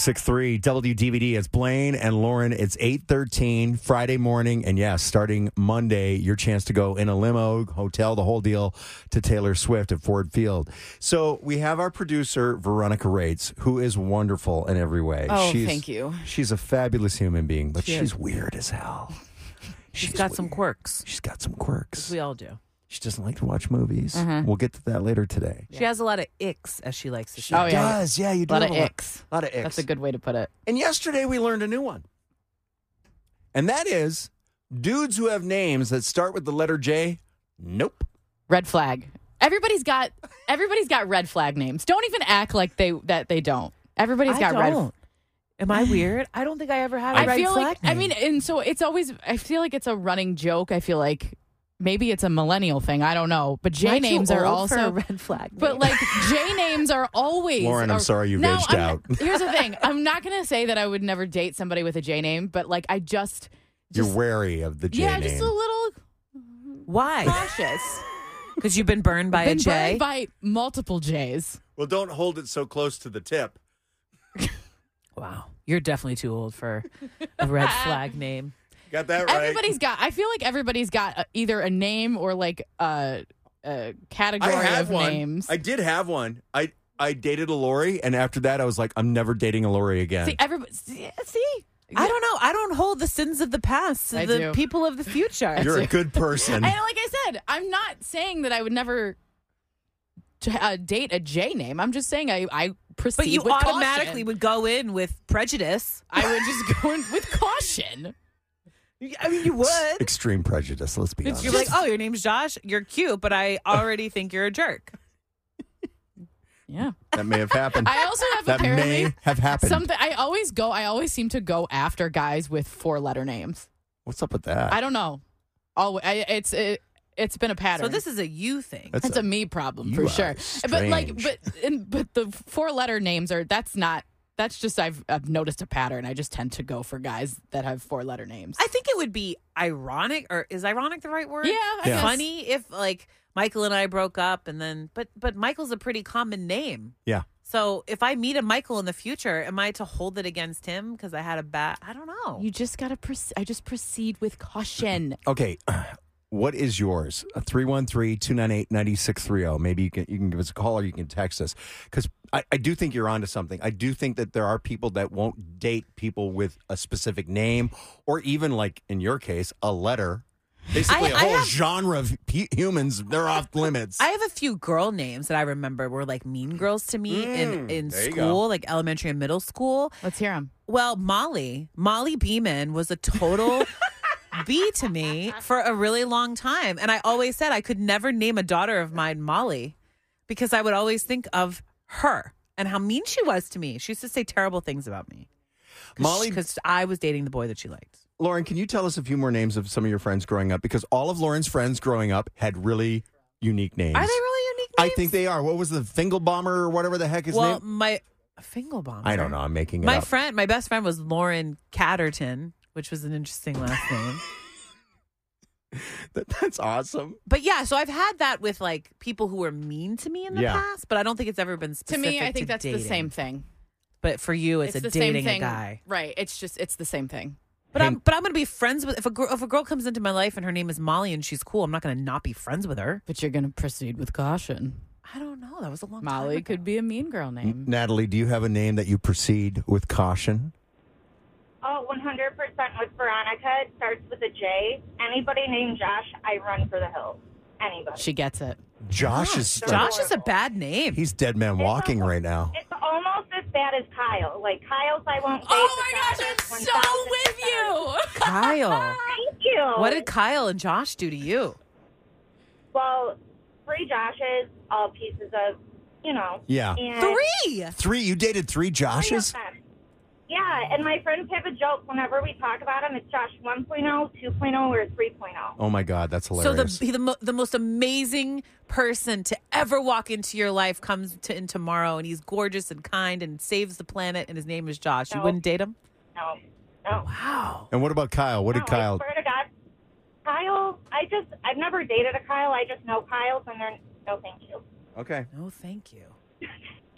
96.3 WDVD. It's Blaine and Lauren. It's 8.13 Friday morning. And yes, starting Monday, your chance to go in a limo, hotel, the whole deal to Taylor Swift at Ford Field. So we have our producer, Veronica Rates, who is wonderful in every way. Oh, thank you. She's a fabulous human being, but She is. she's weird as hell. She's got some weird. quirks. She's got some quirks. We all do. She doesn't like to watch movies. We'll get to that later today. She has a lot of icks, as she likes to say. Mm-hmm. Oh, yeah. Does, yeah, you do Lot have of a lot, icks. lot of icks. That's a good way to put it. And yesterday we learned a new one. And that is dudes who have names that start with the letter J. Nope. Red flag. Everybody's got everybody's got red flag names. Don't even act like they that they don't. Everybody's I got red. don't. Am I weird? I don't think I ever had a I red feel flag. like I mean, and so it's always I feel like it's a running joke. I feel like maybe it's a millennial thing. I don't know, but J Aren't you names are old for also a red flag. But name? like J names are always. Lauren, I'm are- sorry you No, vegged I'm- out. Here's the thing: I'm not gonna say that I would never date somebody with a J name, but like I just, just You're wary of the J yeah, name. just a little why? cautious. Because you've been burned by Been a J. burned by multiple J's. well, don't hold it so close to the tip. wow, you're definitely too old for a red flag name. Got that Everybody's got. I feel like everybody's got uh, either a name or like a, a category of names. I did have one. I I dated a Lori, and after that, I was like, I'm never dating a Lori again. see, everybody. See, see? I don't know. I don't hold the sins of the past to I the do. people of the future. You're a good person. And like I said, I'm not saying that I would never t- uh, date a J name. I'm just saying I I proceed. but you with automatically caution. would go in with prejudice. I would just go in with caution. I mean, you would. Extreme prejudice, let's be honest. You're like, oh, your name's Josh. You're cute, but I already think you're a jerk. Yeah. that may have happened. I also have that apparently may have happened. something. I always go. I always seem to go after guys with four letter names. What's up with that? I don't know. Always, I, it's it, it's been a pattern. So this is a you thing. That's a me problem You for are sure. But like, strange. but and, but the four letter names are that's not that's just I've I've noticed a pattern. I just tend to go for guys that have four letter names. I think it would be ironic, or is ironic the right word? yeah, I Yeah. guess. Funny if like Michael and I broke up, and then but but Michael's a pretty common name. yeah. So if I meet a Michael in the future, am I to hold it against him because I had a bad? I don't know. You just gotta. Proce- I just proceed with caution. Okay. What is yours? 313 298 9630. oh. Maybe you can, you can give us a call or you can text us. Because I, I do think you're onto something. I do think that there are people that won't date people with a specific name or even, like in your case, a letter. Basically, a I whole have- genre of pe- humans, they're off limits. I have a few girl names that I remember were like mean girls to me in, in Mm, there you go. school, like elementary and middle school. Let's hear them. Well, Molly, Molly Beeman was a total B to me for a really long time. And I always said I could never name a daughter of mine Molly because I would always think of her and how mean she was to me. She used to say terrible things about me. Molly, Because I was dating the boy that she liked. Lauren, can you tell us a few more names of some of your friends growing up? Because all of Lauren's friends growing up had really unique names. Are they really unique I names? think they are. What was the Fingal Bomber or whatever the heck his Well, name? my Fingelbaum. I don't know. I'm making it My up. friend, my best friend was Lauren Catterton, which was an interesting last name. That- that's awesome. But yeah, so I've had that with like people who were mean to me in the Yeah. past, but I don't think it's ever been To Oh, specific me, I think that's the dating. same thing. But for you, it's, a the dating same thing, a guy. right? It's just it's the same thing. But I'm but I'm gonna be friends with if a girl if a girl comes into my life and her name is Molly and she's cool, I'm not gonna not be friends with her. But you're gonna proceed with caution. I don't know. That was a long time. Molly ago. could be a mean girl name. Natalie, do you have a name that you proceed with caution? Oh, 100% with Veronica. It starts with a J. Anybody named Josh, I run for the hills. Anybody. She gets it. Josh is Josh Josh is a bad name. he's dead man walking right now. It's almost as bad as Kyle. Like, Kyle's I won't date. Oh but my gosh, Josh I'm is so 1000%. with you. Kyle. Oh. Thank you. What did Kyle and Josh do to you? Well, three Joshes, all pieces of, you know. Yeah. and Three. Three you dated three three of Joshes? them. Yeah, and my friends have a joke whenever we talk about him. It's Josh oh, 1.0, 2.0, or 3.0. Oh my god, that's So the hilarious. he- the mo- the most amazing person to ever walk into your life comes to in tomorrow, and he's gorgeous and kind and saves the planet, and his name is Josh. You No. wouldn't date him? No, no. Wow. and what about Kyle? What did No, I Kyle swear to God, Kyle. I just I've never dated a Kyle. I just know Kyles, and they're no thank you. Okay. No, thank you.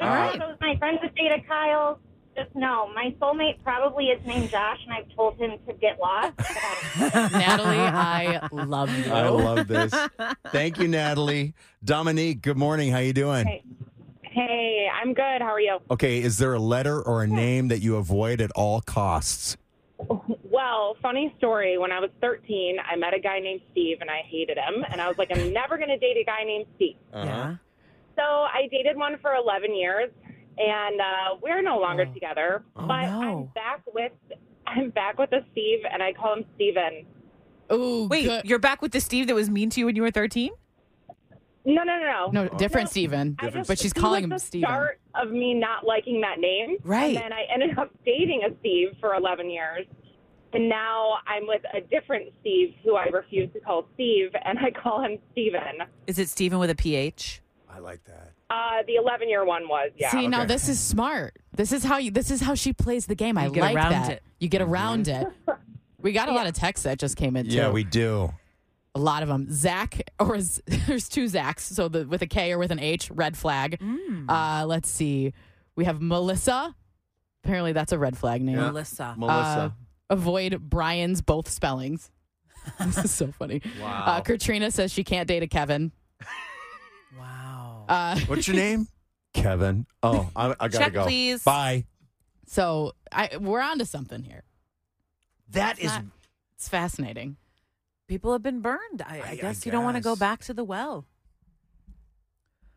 All right. my friends have dated Kyle. Just know my soulmate probably is named Josh, and I've told him to get lost. Natalie, I love you. I love this. Thank you, Natalie. Dominique, good morning. How you doing? Hey. hey, I'm good. How are you? Okay, is there a letter or a name that you avoid at all costs? Well, funny story. When I was 13, I met a guy named Steve and I hated him. And I was like, I'm never going to date a guy named Steve. Yeah. So I dated one for 11 years and uh, we're no longer together. Oh, but I'm no. back with. I'm back with a Steve, and I call him Steven. Ooh, Wait, good- you're back with the Steve that was mean to you when you were 13? No, no, no, no. no, different Steven. I just- But she's he calling was him the Steven. Start of me not liking that name, Right. And then I ended up dating a Steve for 11 years, and now I'm with a different Steve who I refuse to call Steve, and I call him Steven. Is it Steven with a PH? I like that. Uh, the 11 year one was, yeah. See, now okay. this is smart. This is how you. This is how she plays the game. I get like around that. it. You get around it. We got a lot of texts that just came in. Yeah, too. we do. a lot of them. Zach, or is, there's two Zachs, so the, with a K or with an H, red flag. Mm. Uh, let's see. We have Melissa. Apparently, that's a red flag name. Melissa. Melissa. Avoid Brian's both spellings. this is so funny. Wow. Uh, Katrina says she can't date a Kevin. Wow. Uh, What's your name? Kevin. Oh, I, I gotta Check, go. please. Bye. so I, we're onto something here. That is. not- It's fascinating. People have been burned. I, I, I- I guess, you don't want to go guess. back to the well.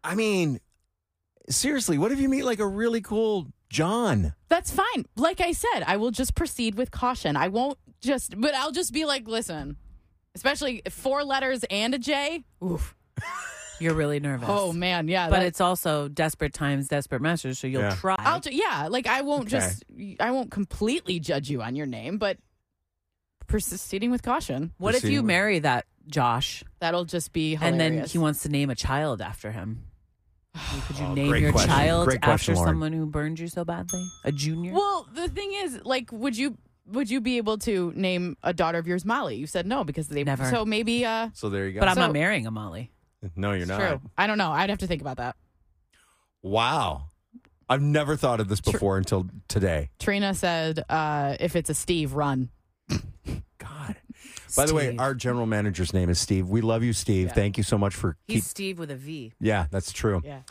I mean, seriously, what if you meet like a really cool John? That's fine. Like I said, I will just proceed with caution. I won't just, but I'll just be like, listen, especially four letters and a J. Oof. You're really nervous. Oh man, yeah. but that- it's also desperate times, desperate measures. So you'll Yeah. try. I'll ju- yeah, like I won't Okay. just I won't completely judge you on your name, but proceeding with caution. what if you Proceed. marry that Josh, That'll just be and hilarious. then he wants to name a child after him? Could you Oh, name great your question. child Great question, after Lauren. someone who burned you so badly? A junior? Well, the thing is, like, would you would you be able to name a daughter of yours Molly? You said no because they Never. So maybe uh, So there you go. but I'm So- not marrying a Molly. no, you're it's not. true. I don't know. I'd have to think about that. Wow. I've never thought of this before until today. Trina said, uh, if it's a Steve, run. God. By the way, Steve. our general manager's name is Steve. We love you, Steve. Thank you so much for keep. he's Steve with a V. Yeah, that's true. Yeah.